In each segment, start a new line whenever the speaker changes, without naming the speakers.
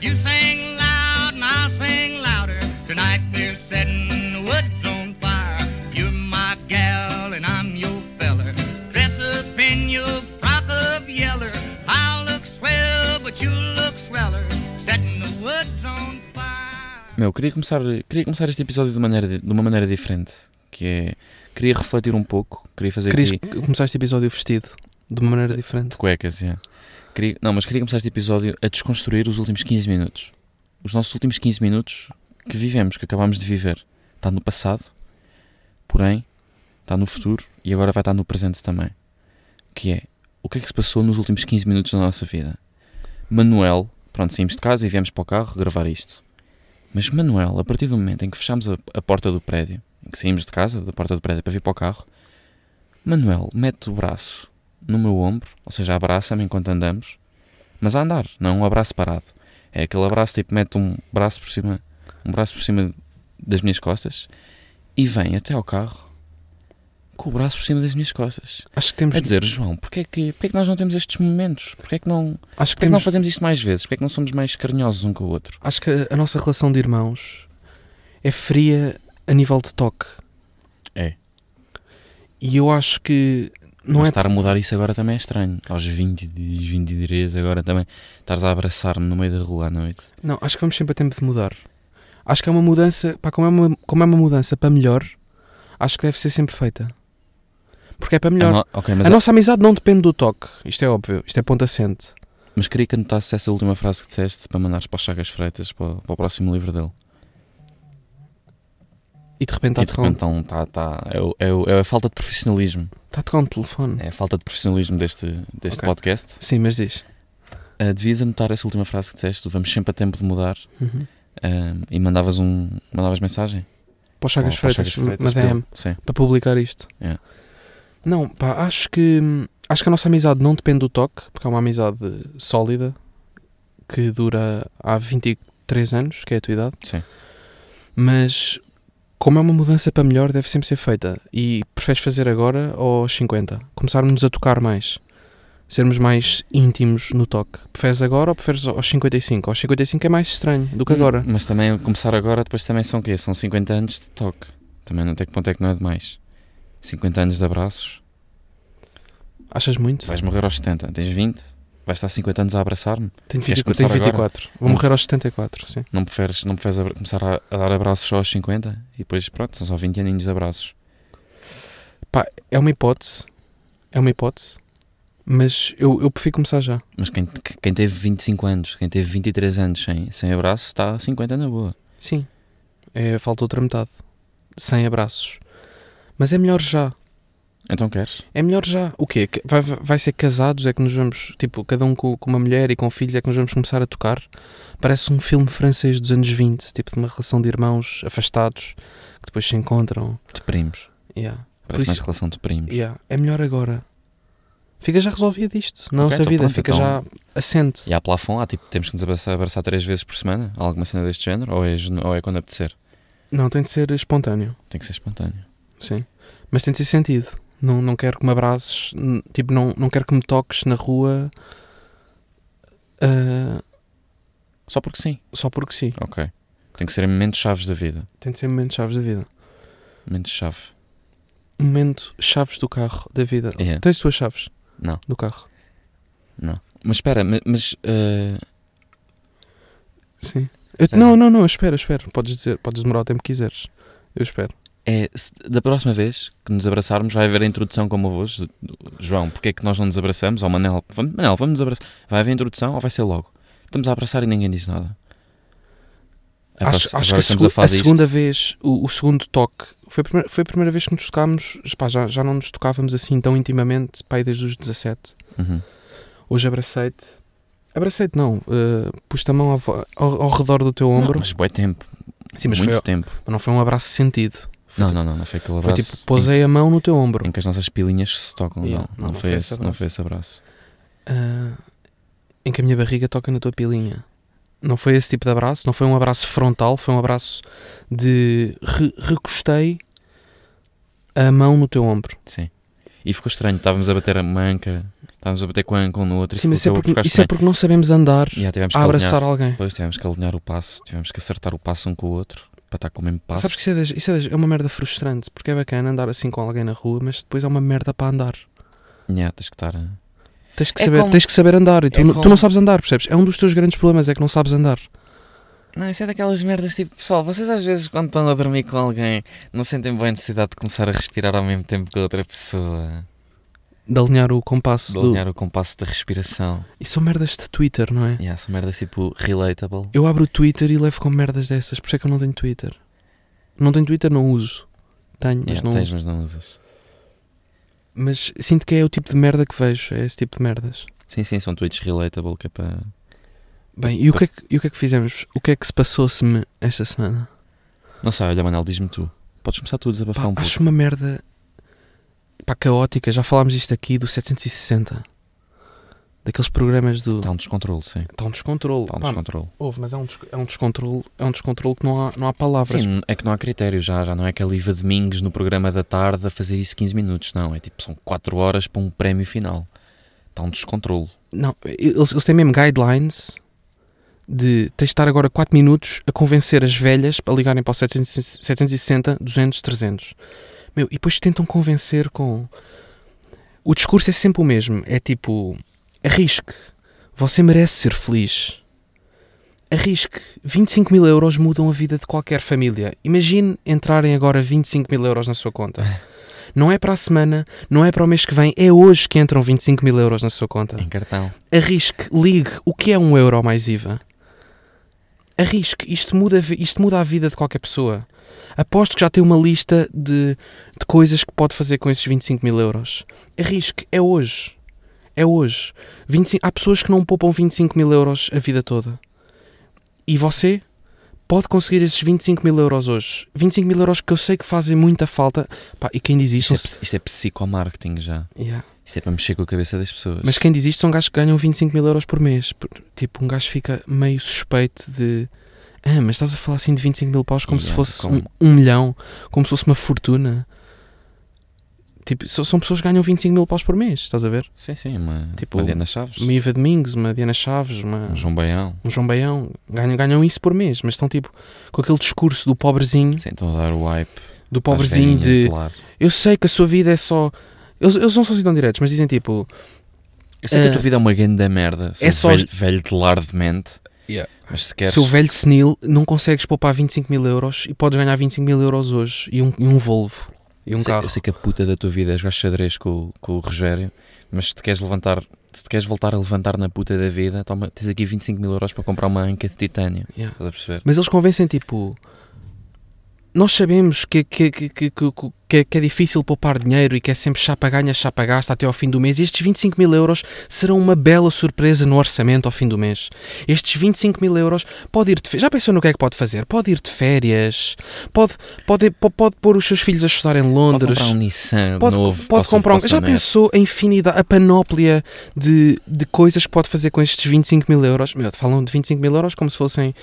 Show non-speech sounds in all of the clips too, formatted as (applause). You sing loud and I'll sing louder. Tonight we're setting the woods on fire. You're my gal and I'm your feller. Dress up in your frock of yeller. I'll look swell, but you look sweller. Setting the woods on fire.
Meu, queria começar, queria começar este episódio de, maneira, de uma maneira diferente. Que é. Queria refletir um pouco. Queria fazer
Querias
aqui.
começar este episódio vestido de uma maneira diferente.
De cuecas, yeah. Queria- não, mas queria começar este episódio a desconstruir os últimos 15 minutos. Os nossos últimos 15 minutos que vivemos, que acabamos de viver. Está no passado, porém, está no futuro e agora vai estar no presente também. Que é, o que é que se passou nos últimos 15 minutos da nossa vida? Manuel, pronto, saímos de casa e viemos para o carro gravar isto. Mas Manuel, a partir do momento em que fechámos a, a porta do prédio, em que saímos de casa, da porta do prédio para vir para o carro, Manuel mete o braço no meu ombro, ou seja, abraça-me enquanto andamos, mas a andar, não um abraço parado. É aquele abraço tipo, mete um braço por cima, um braço por cima das minhas costas e vem até ao carro com o braço por cima das minhas costas.
Acho que temos.
A dizer, João, porquê é que, porquê é que nós não temos estes momentos? Porquê é que não, porquê
acho que
é que não
temos.
fazemos isto mais vezes? Porquê é que não somos mais carinhosos um com o outro?
Acho que a- a nossa relação de irmãos é fria a nível de toque.
É.
E eu acho que não
Mas
é.
estar a mudar isso agora também é estranho. Aos 20, dias, 23 agora também, estares a abraçar-me no meio da rua à noite.
Não, acho que vamos sempre a tempo de mudar. Acho que é uma mudança. Pá, como, é uma, como é uma mudança para melhor, acho que deve ser sempre feita. Porque é para
A
melhor.
no- ok, mas
a
a-
nossa amizade não depende do toque. Isto é óbvio. Isto é ponto assente.
Mas queria que anotasse essa última frase que disseste para mandares para o Chagas Freitas, para, o- para o próximo livro dele.
E de repente
e de
está-te
repente
com,
tá um- tá, tá, é, o- é, o- é a falta de profissionalismo.
tá com o telefone.
É a falta de profissionalismo deste, deste
Ok.
podcast.
Sim, mas diz.
Ah, devias anotar essa última frase que disseste, do vamos sempre a tempo de mudar,
Uhum.
ah, e mandavas, um, mandavas mensagem?
Para o Chagas
Ou para o
Freitas,
Chagas
na
pelo-
DM.
Sim.
para publicar isto.
É.
Não, pá, acho que acho que a nossa amizade não depende do toque, porque é uma amizade sólida que dura há 23 anos, que é a tua idade.
Sim.
Mas como é uma mudança para melhor, deve sempre ser feita. E preferes fazer agora ou aos 50? Começarmos a tocar mais. Sermos mais íntimos no toque. Preferes agora ou preferes aos 55? Aos 55 é mais estranho do
Hum.
que agora.
Mas também começar agora, depois também são o quê? São 50 anos de toque. Também não até que ponto é que não é demais. 50 anos de abraços,
Achas muito?
vais morrer aos 70, tens 20, vais estar 50 anos a abraçar-me.
Tenho,
Queres
20, tenho
começar agora? Hum.
24. Vou
Não.
morrer aos 74, sim.
Não preferes, não preferes abra- começar a, a dar abraços só aos 50 e depois pronto, são só 20 aninhos de abraços.
É uma hipótese. É uma hipótese. Mas eu, eu prefiro começar já.
Mas quem, quem teve 25 anos, quem teve 23 anos sem, sem abraço, está a 50 na boa.
Sim. É, falta outra metade. Sem abraços. Mas é melhor já.
Então queres?
É melhor já. O quê? Que- Vai, vai vai ser casados? É que nos vamos. Tipo, cada um com, com uma mulher e com filhos? É que nos vamos começar a tocar? Parece um filme francês dos anos 20. Tipo, de uma relação de irmãos afastados que depois se encontram.
De primos.
Yeah.
Parece mais
isso-
relação de primos.
Yeah. É melhor agora. Fica já resolvido isto. Na
Ok,
nossa
então
vida.
pronto,
Fica
então-
já assente.
E há plafond, há tipo, temos que nos abraçar, abraçar três vezes por semana, Há alguma cena deste género, ou é, genu- ou é quando apetecer.
Não, tem de ser espontâneo.
Tem que ser espontâneo.
Sim. Mas tem de ser sentido. Não, não quero que me abraces, n- tipo, não, não quero que me toques na rua ah,
Só porque sim.
só porque sim.
Ok. Tem que ser em momentos chaves da vida.
Tem de ser momentos chaves da vida.
Momentos chave.
Momento chaves do carro, da vida.
É.
Tens tuas chaves?
Não.
Do carro.
Mas espera, ma- mas. ah,
Sim. Eu-
Sim.
não, não, não, eu espero, eu espero. Podes dizer, podes demorar o tempo que quiseres. Eu espero.
É, se- da próxima vez que nos abraçarmos, vai haver a introdução como hoje. João, porque é que nós não nos abraçamos? Ou Manel, vamos, Manel, vamos nos abraçar. Vai haver a introdução ou vai ser logo? Estamos a abraçar e ninguém diz nada. É
acho
pra-
acho que
agora
a,
estamos
segu- a
isto.
segunda vez, o, o segundo toque, foi a, primeira, foi a primeira vez que nos tocámos. Pá, já, já não nos tocávamos assim tão intimamente, pá, aí desde os 17.
Uhum.
Hoje abracei-te. Abracei-te, não. eh, Pus-te a mão à vo- ao, ao redor do teu ombro.
Não, mas foi tempo.
Sim, mas
muito
foi,
tempo.
não foi um abraço sentido. Foi
não,
tipo,
não, não, não foi aquele
Foi
Um abraço.
tipo, posei a mão no teu ombro.
em, em que as nossas pilinhas se tocam.
Yeah,
não, não, foi esse, não
abraço.
foi esse abraço.
Ah, em que a minha barriga toca na tua pilinha. Não foi esse tipo de abraço, não foi um abraço frontal, foi um abraço de re- recostei a mão no teu ombro.
Sim. E ficou estranho, estávamos a bater a manca, Estávamos a bater com um com o outro
Sim,
e
mas isso é,
acabou por
porque,
ficar
isso é
estranho.
porque não sabemos andar
Yeah, tivemos que
a
alinhar.
abraçar alguém.
Pois tivemos que alinhar o passo, tivemos que acertar o passo um com o outro para estar com o mesmo passo.
Sabes que isso, é, das- isso é das- é uma merda frustrante, porque é bacana andar assim com alguém na rua, mas depois é uma merda para andar.
Yeah, tens que estar. a-
Tens que,
É
saber,
como-
tens que saber andar e tu,
é
não- tu
como-
não sabes andar, percebes? É um dos teus grandes problemas, é que não sabes andar.
Não, isso é daquelas merdas tipo, pessoal, vocês às vezes quando estão a dormir com alguém não sentem bem a necessidade de começar a respirar ao mesmo tempo que a outra pessoa,
De alinhar o compasso
de
do.
alinhar o compasso da respiração.
E são merdas de Twitter, não é?
Yeah, são merdas tipo relatable.
Eu abro o Twitter e levo com merdas dessas, por isso é que eu não tenho Twitter. Não tenho Twitter, não uso. Tenho, mas
Yeah,
não
tens, um. mas
uso.
não usas.
Mas sinto que é o tipo de merda que vejo, é esse tipo de merdas.
Sim, sim, são tweets relatable que é para.
Bem, e o que é que, e o que, é que fizemos? O que é que se passou-se-me esta semana?
Não sei, olha, Manel, diz-me tu. Podes começar tu a desabafar
Pá,
um pouco.
acho uma merda pá, caótica. Já falámos isto aqui do 760. Daqueles programas do.
Está um descontrole, sim.
Está um descontrole.
Está um
Pá,
descontrole.
houve, mas é um, des- é um descontrole, é um descontrole que não há, não há palavras.
Sim, é que não há critério já, já não é aquela Iva Domingos no programa da tarde a fazer isso 15 minutos, não, é tipo, são 4 horas para um prémio final. Está um descontrolo.
Não, eles, eles têm mesmo guidelines de tens de estar agora 4 minutos a convencer as velhas para ligarem para o 700 760, 200, 300. Meu, e depois tentam convencer com. O discurso é sempre o mesmo. É tipo: arrisque, você merece ser feliz. Arrisque, 25 mil euros mudam a vida de qualquer família. Imagine entrarem agora 25 mil euros na sua conta. Não é para a semana, não é para o mês que vem, é hoje que entram 25 mil euros na sua conta.
Em cartão.
Arrisque, ligue o que é um euro mais IVA. Arrisque, isto muda, a vi- isto muda a vida de qualquer pessoa. Aposto que já tem uma lista de, de coisas que pode fazer com esses 25 mil euros. Arrisque, é hoje. É hoje. 25 há pessoas que não poupam 25 mil euros a vida toda. E você pode conseguir esses 25 mil euros hoje. 25 mil euros que eu sei que fazem muita falta. Pá, e quem diz
Isto
isto.
é, ps- isto é psicomarketing já.
Yeah.
Isto é para mexer com a cabeça das pessoas.
Mas quem diz isto são gajos que ganham 25 mil euros por mês. Por- Tipo, um gajo fica meio suspeito de. Ah, mas estás a falar assim de 25 mil paus como se
Yeah,
fosse
como-
Um, um milhão, como se fosse uma fortuna. Tipo, so- são pessoas que ganham 25 mil paus por mês, estás a ver?
Sim, sim, uma,
Tipo,
tipo, uma Diana Chaves,
Uma Iva Domingos, uma Diana Chaves, uma,
um João Baião.
um João Baião, ganham, ganham isso por mês, mas estão tipo com aquele discurso do pobrezinho,
Sim, então dar o hype. às
do Hum? pobrezinho
velhinhas
de.
lar.
Eu sei que a sua vida é só. Eles, eles não são assim tão diretos, mas dizem tipo.
Eu sei que
Ah,
a tua vida é uma grande merda.
é
É só
só-
velho, velho de lar de mente.
Yeah.
Mas se queres.
Seu velho senil, não consegues poupar 25 mil euros e podes ganhar 25 mil euros hoje e um, e um Volvo e um
eu, sei,
carro.
eu sei que a puta da tua vida é jogar xadrez com, o- com o Rogério, mas se te queres levantar, se te queres voltar a levantar na puta da vida, toma, tens aqui 25 mil euros para comprar uma anca de titânio.
Yeah.
Estás a perceber?
Mas eles convencem tipo. Nós sabemos que, que, que, que, que- que é- que é difícil poupar dinheiro e que é sempre chapa ganha, chapa gasta até ao fim do mês. E estes 25 mil euros serão uma bela surpresa no orçamento ao fim do mês. Estes 25 mil euros pode ir de fe- Já pensou no que é que pode fazer? Pode ir de férias, pode, pode, pode, pode pôr os seus filhos a estudar em
Pode
Londres.
comprar um Nissan
Pode,
novo.
pode
para o seu-
comprar um.
para o
Já
seu neto.
pensou a infinidade, a panóplia de, de coisas que pode fazer com estes 25 mil euros? Meu, falam de 25 mil euros como se fossem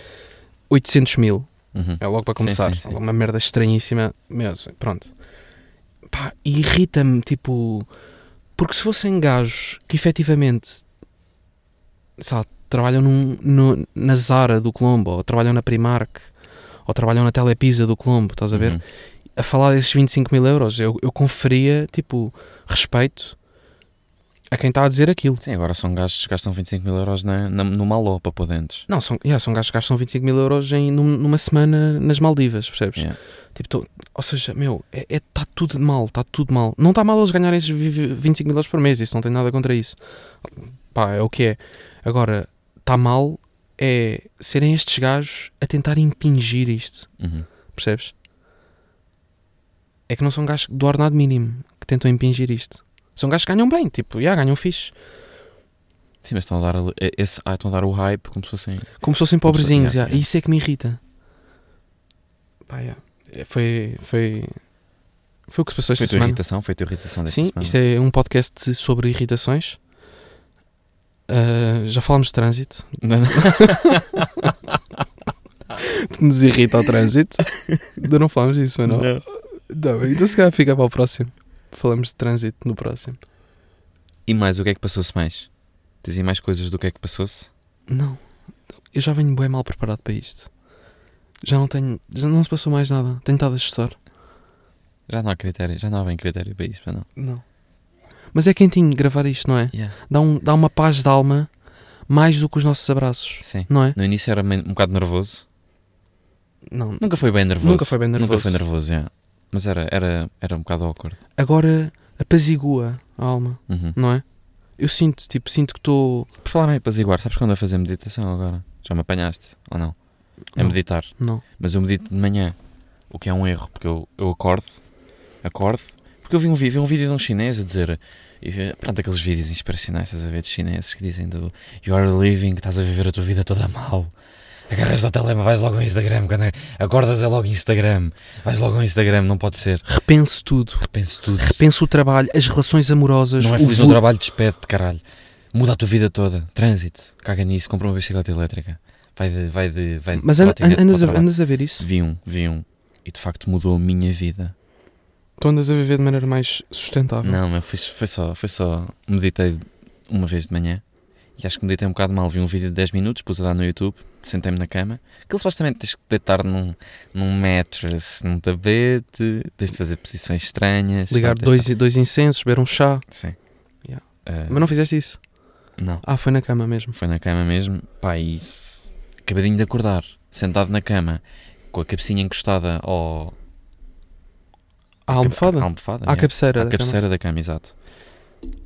800 mil.
Uhum.
É logo para começar.
sim, sim.
Uma merda estranhíssima. Meu, assim, pronto. Pá, e irrita-me, tipo. Porque se fossem gajos que efetivamente. Sabe, trabalham num- no- na Zara do Colombo, ou trabalham na Primark, ou trabalham na Telepisa do Colombo, estás a ver?
Uhum.
a falar desses 25 mil euros, eu, eu conferia, tipo, respeito a quem está a dizer aquilo.
Sim, agora são gajos que gastam 25 mil euros na, na- no maló para pôr dentes.
Não, são, yeah, são gajos que gastam 25 mil euros em, num- numa semana nas Maldivas, percebes?
Yeah.
Tipo, tô- ou seja, meu, está é, tá tudo mal, está tudo mal. Não está mal eles ganharem esses vi- vi- 25 mil euros por mês, isso não tem nada contra isso. Pá, é o que é. Agora, está mal é serem estes gajos a tentar impingir isto.
Uhum.
Percebes? É que não são gajos do ordenado mínimo que tentam impingir isto. São gajos que ganham bem, tipo, já ganham fixe.
Sim, mas estão a, dar, ali- eh, esse, ah, estão a dar o hype como se fossem.
Como se fossem
Como se-
pobrezinhos,
yeah,
já. E isso é que me irrita. Pá, já. É, Foi, foi, foi o que se passou
Foi
esta
a tua
semana.
irritação, foi a tua irritação desta
Sim,
semana.
isto é um podcast sobre irritações. Ah, já falámos de trânsito.
(laughs) Não, não.
(laughs) Nos irrita o trânsito. Ainda não falámos disso, mas não. Tá bem, então se calhar fica para o próximo. Falamos de trânsito no próximo.
E mais, o que é que passou-se mais? Dizem mais coisas do que é que passou-se?
Não, eu já venho bem mal preparado para isto. Já não tenho. Já não se passou mais nada. Tenho estado a estudar.
Já não há critério, já não há bem critério para isso, para não.
Não. Mas é quentinho gravar isto, não é?
Yeah.
Dá, um, dá uma paz de alma mais do que os nossos abraços,
Sim.
não é?
No início era meio- um bocado nervoso.
Não.
Nunca foi bem nervoso.
Nunca foi bem nervoso.
Nunca foi nervoso, yeah. Mas era, era, era um bocado awkward.
Agora apazigua a alma,
Uhum.
não é? Eu sinto, tipo, sinto que estou.
Por falar em apaziguar, sabes quando a fazer meditação agora? Já me apanhaste? Ou não? É
Não.
meditar.
Não.
Mas eu medito de manhã. O que é um erro, porque eu, eu acordo, acordo, porque eu vi um vídeo, vi um vídeo de um chinês a dizer, e, pronto, aqueles vídeos inspiracionais, estás a ver, de chineses que dizem do You are living, estás a viver a tua vida toda mal. Agarras o telemóvel, vais logo ao Instagram, quando acordas é logo Instagram, vais logo ao Instagram, não pode ser.
Repenso tudo.
Repenso tudo.
Penso o trabalho, as relações amorosas.
Não é
o
feliz
vo-
no trabalho, despede-te, caralho. Muda a tua vida toda. Trânsito. Caga nisso, compra uma bicicleta elétrica. Vai de. Vai de vai de
Mas an- an-
trotinete
andas,
para o
a,
trabalho.
andas a ver isso?
Vi um, vi um. E de facto mudou a minha vida.
Tu andas a viver de maneira mais sustentável.
Não, mas foi, foi, só, foi só. Meditei uma vez de manhã. E acho que meditei um bocado mal. Vi um vídeo de 10 minutos, pus a dar no YouTube, sentei-me na cama. Aquilo supostamente tens que deitar num, num mattress, num tapete, tens de fazer posições estranhas.
Ligar
Pronto, tens
dois, dois incensos, beber um chá.
de- Sim.
Yeah.
Ah,
Mas não fizeste isso.
não.
Ah, foi na cama mesmo.
Foi na cama mesmo, pá, e s- acabadinho de acordar, sentado na cama, com a cabecinha encostada ao.
À almofada?
À almofada.
À
yeah.
cabeceira.
À
da
cabeceira da cama, exato.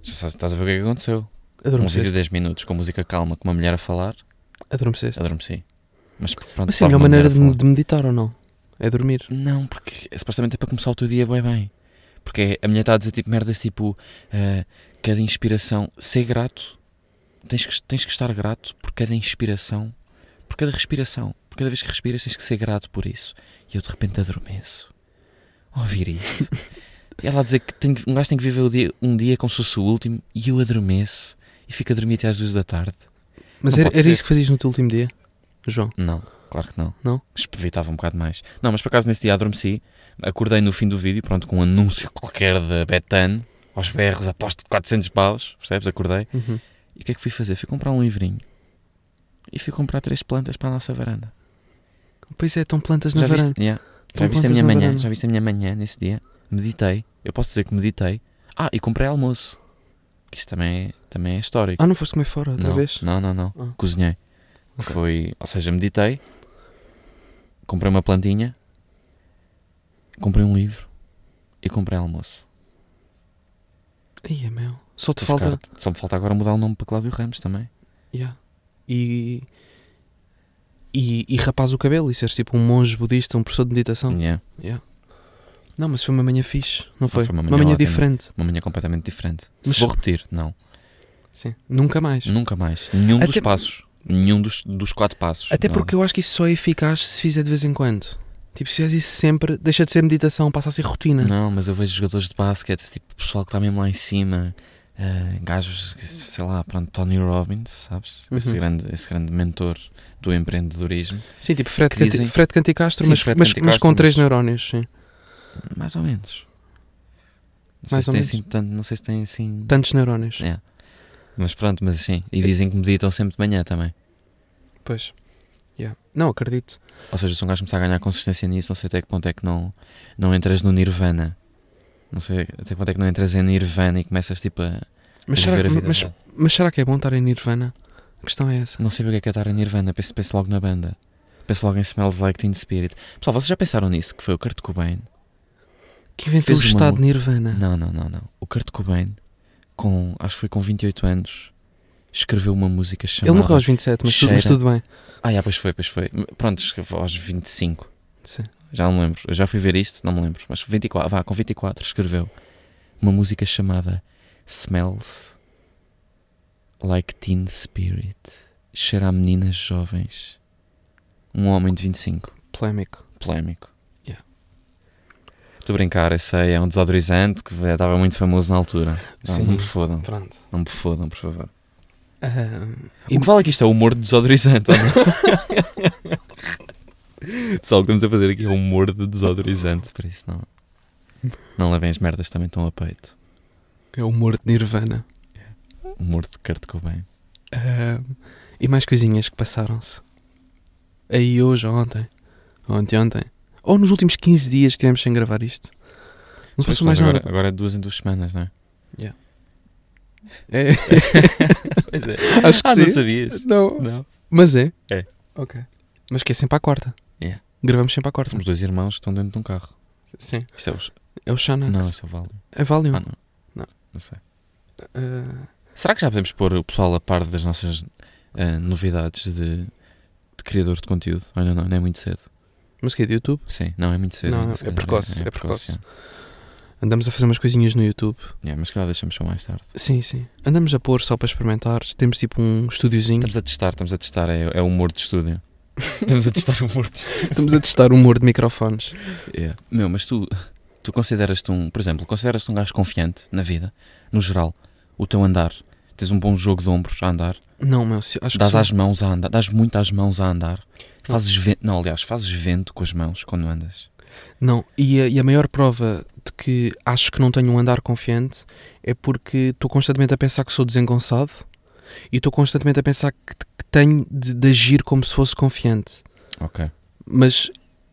Já sabes, estás a ver o que é que aconteceu?
cama.
Um vídeo de
Adormeceste.
10 minutos com música calma, com uma mulher a falar,
Adormeceste.
adormeci. Mas pronto,
Mas sim, a
estava
melhor
uma mulher
maneira
a
de,
falar.
de meditar ou não? É dormir.
Não, porque é, supostamente é para começar o teu dia bem bem. Porque é- a mulher está a dizer tipo merdas tipo ah, cada inspiração, ser grato, tens que, tens que estar grato por cada inspiração, por cada respiração, por cada vez que respiras tens que ser grato por isso. E eu de repente adormeço. ao Ouvir isso. e ela a dizer que tem, que- um gajo tem que viver o dia, um dia como se fosse o último e eu adormeço e fico a dormir até às duas da tarde.
Mas
Não
era,
pode
era
ser.
isso que fazias no teu último dia, João?
Não, claro que não.
Não?
Espevitava um bocado mais. Não, mas por acaso nesse dia adormeci, acordei no fim do vídeo, pronto, com um anúncio qualquer da Betano, aos berros, aposto de 400 paus, percebes? Acordei. E o que é que fui fazer? Fui comprar um livrinho. E fui comprar três plantas para a nossa varanda.
Pois é, estão plantas na
já
varanda.
viste, yeah. já
Com
viste a
plantas
minha
na
manhã,
varanda.
já viste a minha manhã nesse dia? Meditei. Eu posso dizer que meditei. Ah, e comprei almoço. Que isto também é, também é histórico.
Ah, não foste comer fora outra
não,
vez?
Não, não, não.
Ah.
Cozinhei.
Ok.
Foi, ou seja, meditei, comprei uma plantinha, comprei um livro e comprei almoço.
Ia, meu. Só te
Vou
falta.
ficar- só me falta agora mudar o nome para Cláudio Ramos também.
Yeah. E... E, e rapaz o cabelo e seres tipo um monge budista, um professor de meditação.
Yeah.
Não, mas foi uma manhã fixe, não foi?
foi uma
uma
manhã
manhã,
ótima.
diferente.
Uma manhã completamente diferente.
Mas-
Se vou repetir, não.
Sim. Nunca mais.
Nunca mais. Nenhum dos
Até-
passos. Nenhum dos, dos quatro passos.
Até
Não.
porque eu acho que isso só é eficaz se fizer de vez em quando. Tipo, se fizeres isso sempre, deixa de ser meditação, passa a ser rotina.
Não, mas eu vejo jogadores de basquete, tipo pessoal que está mesmo lá em cima, eh, gajos, sei lá, pronto, Tony Robbins, sabes? Esse,
Uhum.
grande, esse grande mentor do empreendedorismo.
Sim, tipo Fred,
Que
Canti-
dizem-
Fred Canticastro,
Sim,
mas,
Fred
mas, mas
Canticastro,
com três
mas-
neurónios, sim.
Mais ou menos. Não sei
Mais
se
ou
tem
menos.
assim tanto, não sei se tem assim.
Tantos neurónios.
É. Mas pronto, mas assim.
É.
E dizem que meditam sempre de manhã também.
Pois. Yeah. Não, acredito.
Ou seja, se um gajo começar a ganhar consistência nisso, não sei até que ponto é que não, não entras no Nirvana. Não sei até que ponto é que não entras em Nirvana e começas tipo a,
Mas
a
será,
viver a vida.
mas,
dela.
mas será que é bom estar em Nirvana? A questão é essa.
Não sei o que é que é estar em Nirvana, penso, penso logo na banda. Penso logo em Smells Like Teen Spirit. Pessoal, vocês já pensaram nisso? Que foi o Kurt Cobain?
Que inventou
Fez
o
uma
estado
mu-
Nirvana.
Não, não, não, não. O Kurt Cobain, com, acho que foi com 28 anos, escreveu uma música chamada...
Ele morreu aos 27, mas, tu- mas
Cheira.
tudo bem.
Ah, já, pois foi, pois foi. Pronto, escreveu aos 25.
Sim.
Já não me lembro. Eu já fui ver isto, não me lembro. Mas 24, vá, com 24 escreveu uma música chamada Smells Like Teen Spirit. Cheira a meninas jovens. Um homem de 25.
Polémico.
polémico.
Yeah.
Estou a brincar, eu sei, é um desodorizante que estava muito famoso na altura. Não,
Sim.
não me fodam,
Pronto. Ah,
não me fodam, por favor.
Ahm,
Ah, O que vale é que isto é humor de desodorizante. ou não? (laughs) Pessoal, o que estamos a fazer aqui é humor de desodorizante, por isso não. Não levem as merdas também tão a peito.
é o humor de Nirvana.
O humor de Kurt Cobain.
Ah, e mais coisinhas que passaram-se. Aí hoje, ou ontem, ou anteontem, ou nos últimos 15 dias que tivemos sem gravar isto. Não
Pois,
se passou
mas
mais
agora,
nada.
agora é duas em duas semanas, não (laughs) é?
É, (laughs)
Pois é.
acho que
Ah, não
sim.
sabias?
Não,
Não.
mas é.
É.
Ok. Mas que é sempre à quarta.
Yeah.
Gravamos sempre à quarta.
Somos dois irmãos que estão dentro de um carro.
Sim.
Isto é os...
É o Xanax.
Não, isso é vale.
É Valium.
Ah, não.
Não.
Não sei.
Ah,
Será que já podemos pôr o pessoal a par das nossas ah, novidades de, de criador de conteúdo? Olha, não, não é muito cedo.
mas que é de YouTube?
Sim, não é muito cedo.
Não,
ainda,
é
se calhar,
precoce, é precoce.
é.
Andamos a fazer umas coisinhas no YouTube.
Yeah, mas se calhar deixamos para mais tarde.
Sim, sim. Andamos a pôr só para experimentar. Temos tipo
(laughs)
um estúdiozinho.
Estamos a testar, estamos a testar, é, é o humor de estúdio. estamos a testar o humor de estúdio.
Estamos a testar o humor de microfones.
Yeah. Meu, mas tu, tu consideras-te um, por exemplo, consideras-te um gajo confiante na vida, no geral, o teu andar, tens um bom jogo de ombros a andar,
Não, meu, se- acho que
dás
sou-
às mãos a andar, dás muito às mãos a andar, fazes vento, não, aliás, fazes vento com as mãos quando andas.
Não, e a, e a maior prova de que acho que não tenho um andar confiante é porque estou constantemente a pensar que sou desengonçado e estou constantemente a pensar que, que tenho de, de agir como se fosse confiante.
Ok,
Mas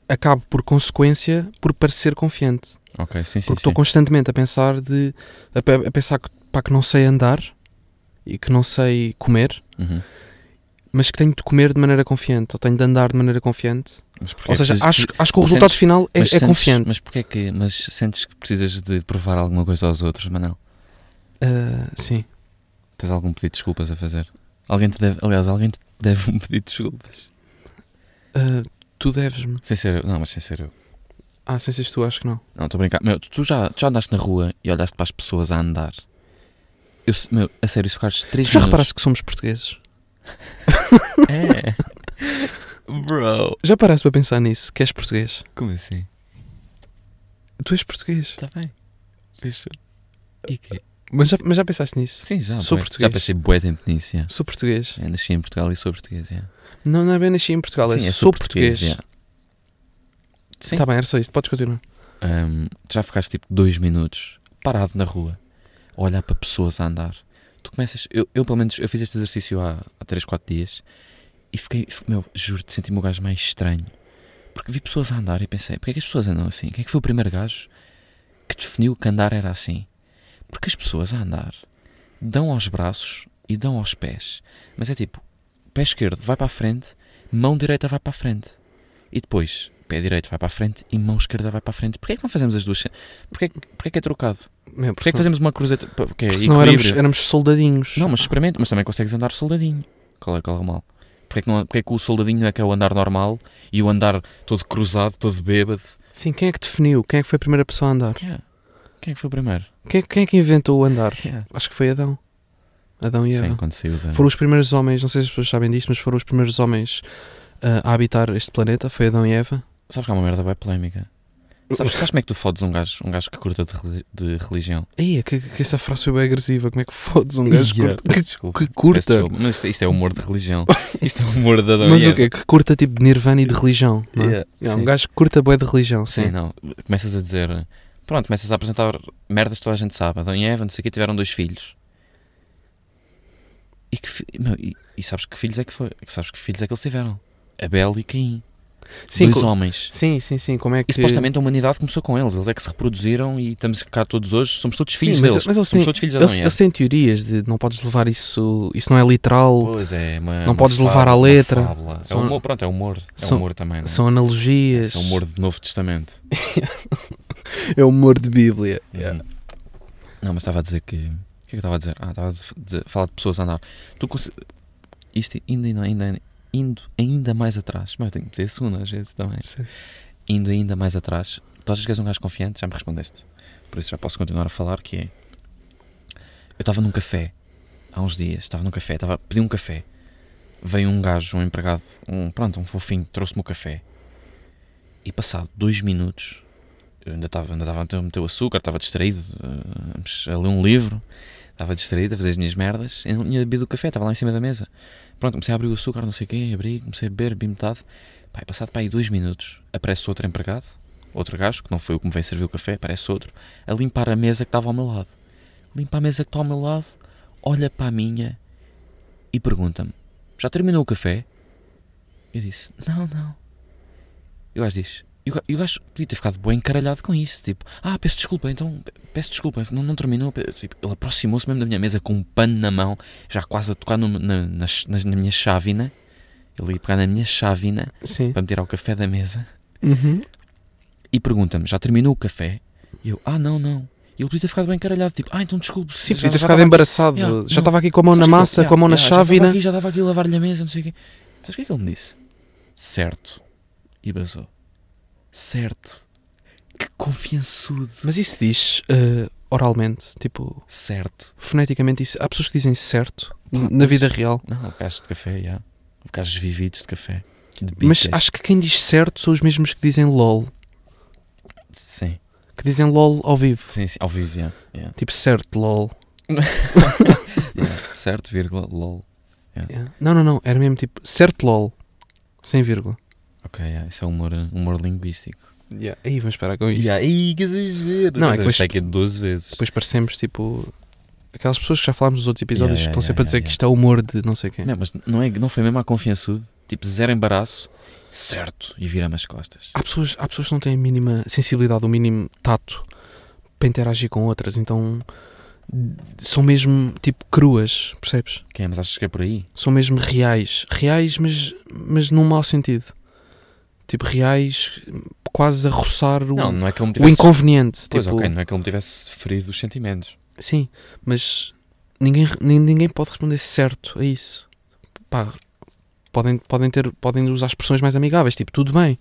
acabo, por consequência, por parecer confiante.
ok, sim, sim.
porque estou
sim.
constantemente a pensar de a, pe- a pensar que, pá, que não sei andar e que não sei comer,
Uhum.
mas que tenho de comer de maneira confiante, ou tenho de andar de maneira confiante.
Mas porque
ou
é
seja,
preciso-
acho, acho que o
sentes-
resultado final é, é
mas sentes-
confiante.
Mas porque é que, mas sentes que precisas de provar alguma coisa aos outros, Manel?
Ah, sim.
Tens algum pedido de desculpas a fazer? Alguém te deve, aliás, alguém te deve um pedido de desculpas.
Ah, tu deves-me.
Sem ser eu, não, mas sem ser eu.
Ah, sem seres tu, acho que não.
Não, estou a brincar. Meu, tu- tu já, tu já andaste na rua e olhaste para as pessoas a andar. Eu, se- meu, a sério, se ficares 3
Tu já
minutos.
reparaste que somos portugueses?
É. (laughs) Bro.
Já paraste para pensar nisso? Que és português?
É. Como assim?
Tu és português.
Está Tá bem. Bicho. E quê?
Mas já, mas já pensaste nisso?
Sim, já.
Sou
bué.
português.
Já passei bué tempo nisso, já.
Sou português.
Eu Nasci em Portugal e sou português, já.
Não, não é bem nasci em Portugal, é
Sim, eu
sou português.
já. é. Sim.
Tá bem, era só isto. Podes continuar.
Ahm, já ficaste tipo dois minutos parado na rua a olhar para pessoas a andar. Tu começas, eu, eu pelo menos eu fiz este exercício há, há 3, 4 dias e fiquei, f- meu, juro-te, senti-me o gajo mais estranho. Porque vi pessoas a andar e pensei, porque é que as pessoas andam assim? Quem é que foi o primeiro gajo que definiu que andar era assim? Porque as pessoas a andar dão aos braços e dão aos pés. Mas é tipo, pé esquerdo vai para a frente, mão direita vai para a frente. E depois, pé direito vai para a frente e mão esquerda vai para a frente. Porquê é que não fazemos as duas? ce- Porquê, é que- porquê é que é trocado?
Meu,
Porquê é que fazemos uma cruzeta? Pá, Porque é
Porque senão éramos,
equilíbrio.
éramos soldadinhos.
Não, mas experimenta, mas também consegues andar soldadinho. Qual é, qual é o mal? Porquê é, que não, porquê é que o soldadinho é que é o andar normal e o andar todo cruzado, todo bêbado?
Sim, quem é que definiu? Quem é que foi a primeira pessoa a andar?
Yeah. Quem é que foi o primeiro?
Quem, é- quem é que inventou o andar?
Yeah.
Acho que foi Adão. Adão e
Sim,
Eva.
quando saiu da...
é? Foram os primeiros homens, não sei se as pessoas sabem disto, mas foram os primeiros homens ah, a habitar este planeta. Foi Adão e Eva.
Sabes que há uma merda bem polémica. Sabes, sabes como é que tu fodes um gajo, um gajo que curta de, reli- de religião?
Aí, é que, que essa frase foi bem agressiva. Como é que fodes um gajo
Yeah,
curto- que,
peço desculpa.
que
Peço
curta?
desculpa, Mas isto, isto é humor de religião. Isto é humor da
Mas
Daniela.
o quê? Que curta tipo de Nirvana e de religião. não é?
Yeah.
É,
Sim.
um gajo que curta boé de religião,
Sim,
sim.
não. Começas a dizer. Pronto, começas a apresentar merdas que toda a gente sabe. Adão e Eva, não sei o quê, tiveram dois filhos. E, que, fi- meu, e, e sabes que filhos é que foi? que Sabes que filhos é que eles tiveram? Abel e Caim.
Sim,
dois
co-
homens.
sim, sim, sim. Como é que.
E supostamente a humanidade começou com eles. Eles é que se reproduziram e estamos cá todos hoje. Somos todos
Sim,
é filhos
mas-
deles.
mas assim, eles
somos
têm-
todos filhos de Adão
Eles,
e
eles
Eva.
têm teorias de não podes levar isso. Isso não é literal.
Pois é, uma,
não
uma
podes
fábula,
levar à
uma
letra.
fábula. É
São-
humor, pronto, é humor. É
são-
humor também. não é?
São analogias.
Isso é humor do Novo Testamento.
É humor de Bíblia.
Uhum. Não, mas estava a dizer que. O que é que eu estava a dizer? Ah, estava a dizer- falar de pessoas a andar. Tu conse- Isto indo, ainda ainda, indo ainda mais atrás. Mas eu tenho que dizer segunda às vezes também.
Sim.
Indo ainda mais atrás. Tu achas que és um gajo confiante? Já me respondeste. Por isso já posso continuar a falar que é. Eu estava num café há uns dias, estava num café, estava pedi um café. Veio um gajo, um empregado, um, pronto, um fofinho, trouxe-me o café. E passado dois minutos, eu ainda estava ainda estava a meter o meu açúcar, estava distraído, eh, mas a ler um livro, estava distraído a fazer as minhas merdas, eu não tinha bebido o café, estava lá em cima da mesa. Pronto, comecei a abrir o açúcar, não sei o quê, abri, comecei a beber, bebi metade. Pá, e passado para aí dois minutos, aparece outro empregado, outro gajo, que não foi o que me veio servir o café, aparece outro, a limpar a mesa que estava ao meu lado. Limpa a mesa que está ao meu lado, olha para a minha e pergunta-me: Já terminou o café? Eu disse: Não, não. E o gajo diz: E o ga- e o gajo podia ter ficado bem encaralhado com isso. Tipo, ah, peço desculpa, então, pe- peço desculpa, não, não terminou. pe- Tipo, ele aproximou-se mesmo da minha mesa com um pano na mão, já quase a tocar no- na, na, na, na minha chávena. Ele ia pegar na minha chávena
Sim.
para me tirar o café da mesa
Uhum.
e pergunta-me: Já terminou o café? E eu: Ah, não, não. E ele podia ter ficado bem encaralhado, tipo, ah, então desculpe.
Sim,
já-
podia ter
já
ficado
estava-
embaraçado.
Yeah,
já
não.
estava aqui com a mão na
Sabes que
massa,
ele-
com a mão na
yeah,
chave,
Já estava
né?
aqui, já estava aqui a lavar-lhe a mesa, não sei o quê. Sabes o que é que ele me disse? Certo. E basou. Certo. Que confiançudo.
Mas isso diz eh, oralmente, tipo,
Certo.
foneticamente isso. Há pessoas que dizem certo
Pá,
na
pois.
vida real.
Não, o caso de café, já. Yeah. O caso vividos de café. De
Mas
bicas.
acho que quem diz certo são os mesmos que dizem LOL.
Sim,
Que dizem LOL ao vivo.
sim, sim. Ao vivo, já. Yeah.
Tipo, certo, LOL.
Yeah. Certo, vírgula, lol.
Yeah. Não, não, não. Era mesmo tipo, certo, LOL. Sem vírgula.
Ok, yeah. isso é humor, humor linguístico.
Aí vamos parar com isto.
aí que exagero.
Não, é
Mas
que depois-
isto é que é 12 vezes.
Depois parecemos tipo aquelas pessoas que já falámos nos outros episódios
Yeah, yeah,
que estão
yeah,
sempre a dizer
yeah,
que isto é humor de não sei quem.
Não, mas não, é, não foi mesmo à confiançude? Tipo, zero embaraço, certo, e vira-me as costas.
Há, pessoas, há pessoas que não têm a mínima sensibilidade, o mínimo tato para interagir com outras, então são mesmo tipo cruas, percebes?
Quem é? Mas achas que é por aí?
São mesmo reais. Reais, mas, mas num mau sentido. Tipo, reais quase a roçar o,
Não, não é que ele me
o
tivesse.
inconveniente.
Pois,
tipo,
ok, não é que ele me tivesse ferido os sentimentos.
Sim, mas ninguém, nin- ninguém pode responder certo a isso. Pá, podem, podem, ter, podem usar expressões mais amigáveis, tipo, tudo bem,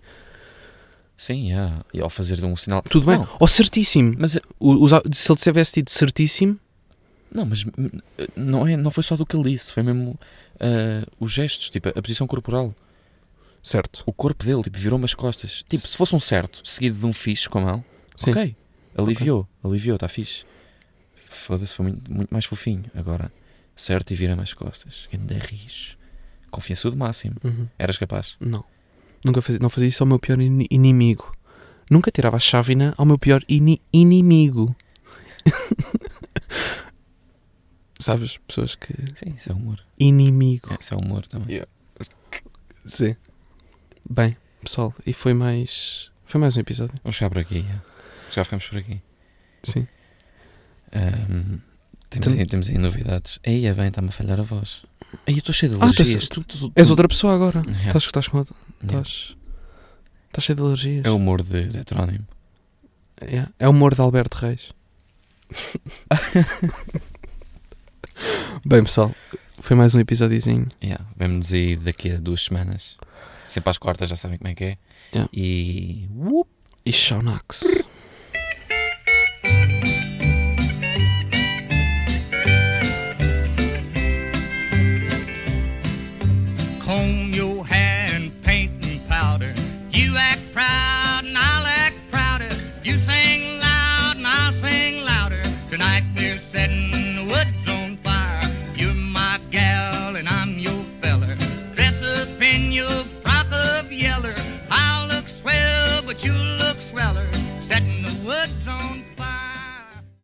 Sim, yeah. e ao fazer um sinal.
tudo bem.
Não,
Ou certíssimo.
mas,
O- usar- se ele tivesse dito certíssimo,
não, mas mm, não, é, não foi só do que ele disse, foi mesmo ah, os gestos, tipo, a posição corporal.
certo.
O corpo dele, tipo, virou-me as costas. Tipo, se fosse um certo, seguido de um fixe com a mão,
Sim.
ok, aliviou, aliviou, está fixe. Foda-se, foi muito, muito mais fofinho. Agora, certo e vira-me as costas. Ainda rijo. Confiançudo máximo.
Uhum.
Eras capaz.
Não. Nunca fazia, não fazia isso ao meu pior ini- inimigo. Nunca tirava a chávena ao meu pior ini- inimigo. (laughs) Sabes? Pessoas que.
Sim, isso é humor.
Inimigo.
É, isso é humor também.
Sim. Bem, pessoal, e foi mais. Foi mais um episódio.
Vamos chegar por aqui. Já, Se calhar ficamos por aqui.
Sim.
Ahm, temos,
Tem-
aí, temos aí novidades. Aí é bem, está-me a falhar a voz. Aí eu estou cheio de
Ah, tens-
alergias. tu, tu- tu-
És outra pessoa agora.
Yeah,
Estás estás com outra.
yeah.
Estás. Estás cheio de alergias.
É o humor de, de heterónimo.
Yeah. É o humor de Alberto Reis. Bem, pessoal, foi mais um episódiozinho.
Yeah, Vemo-nos aí daqui a duas semanas. Sempre às quartas, já sabem como é que é.
Yeah.
E.
E Shaunax.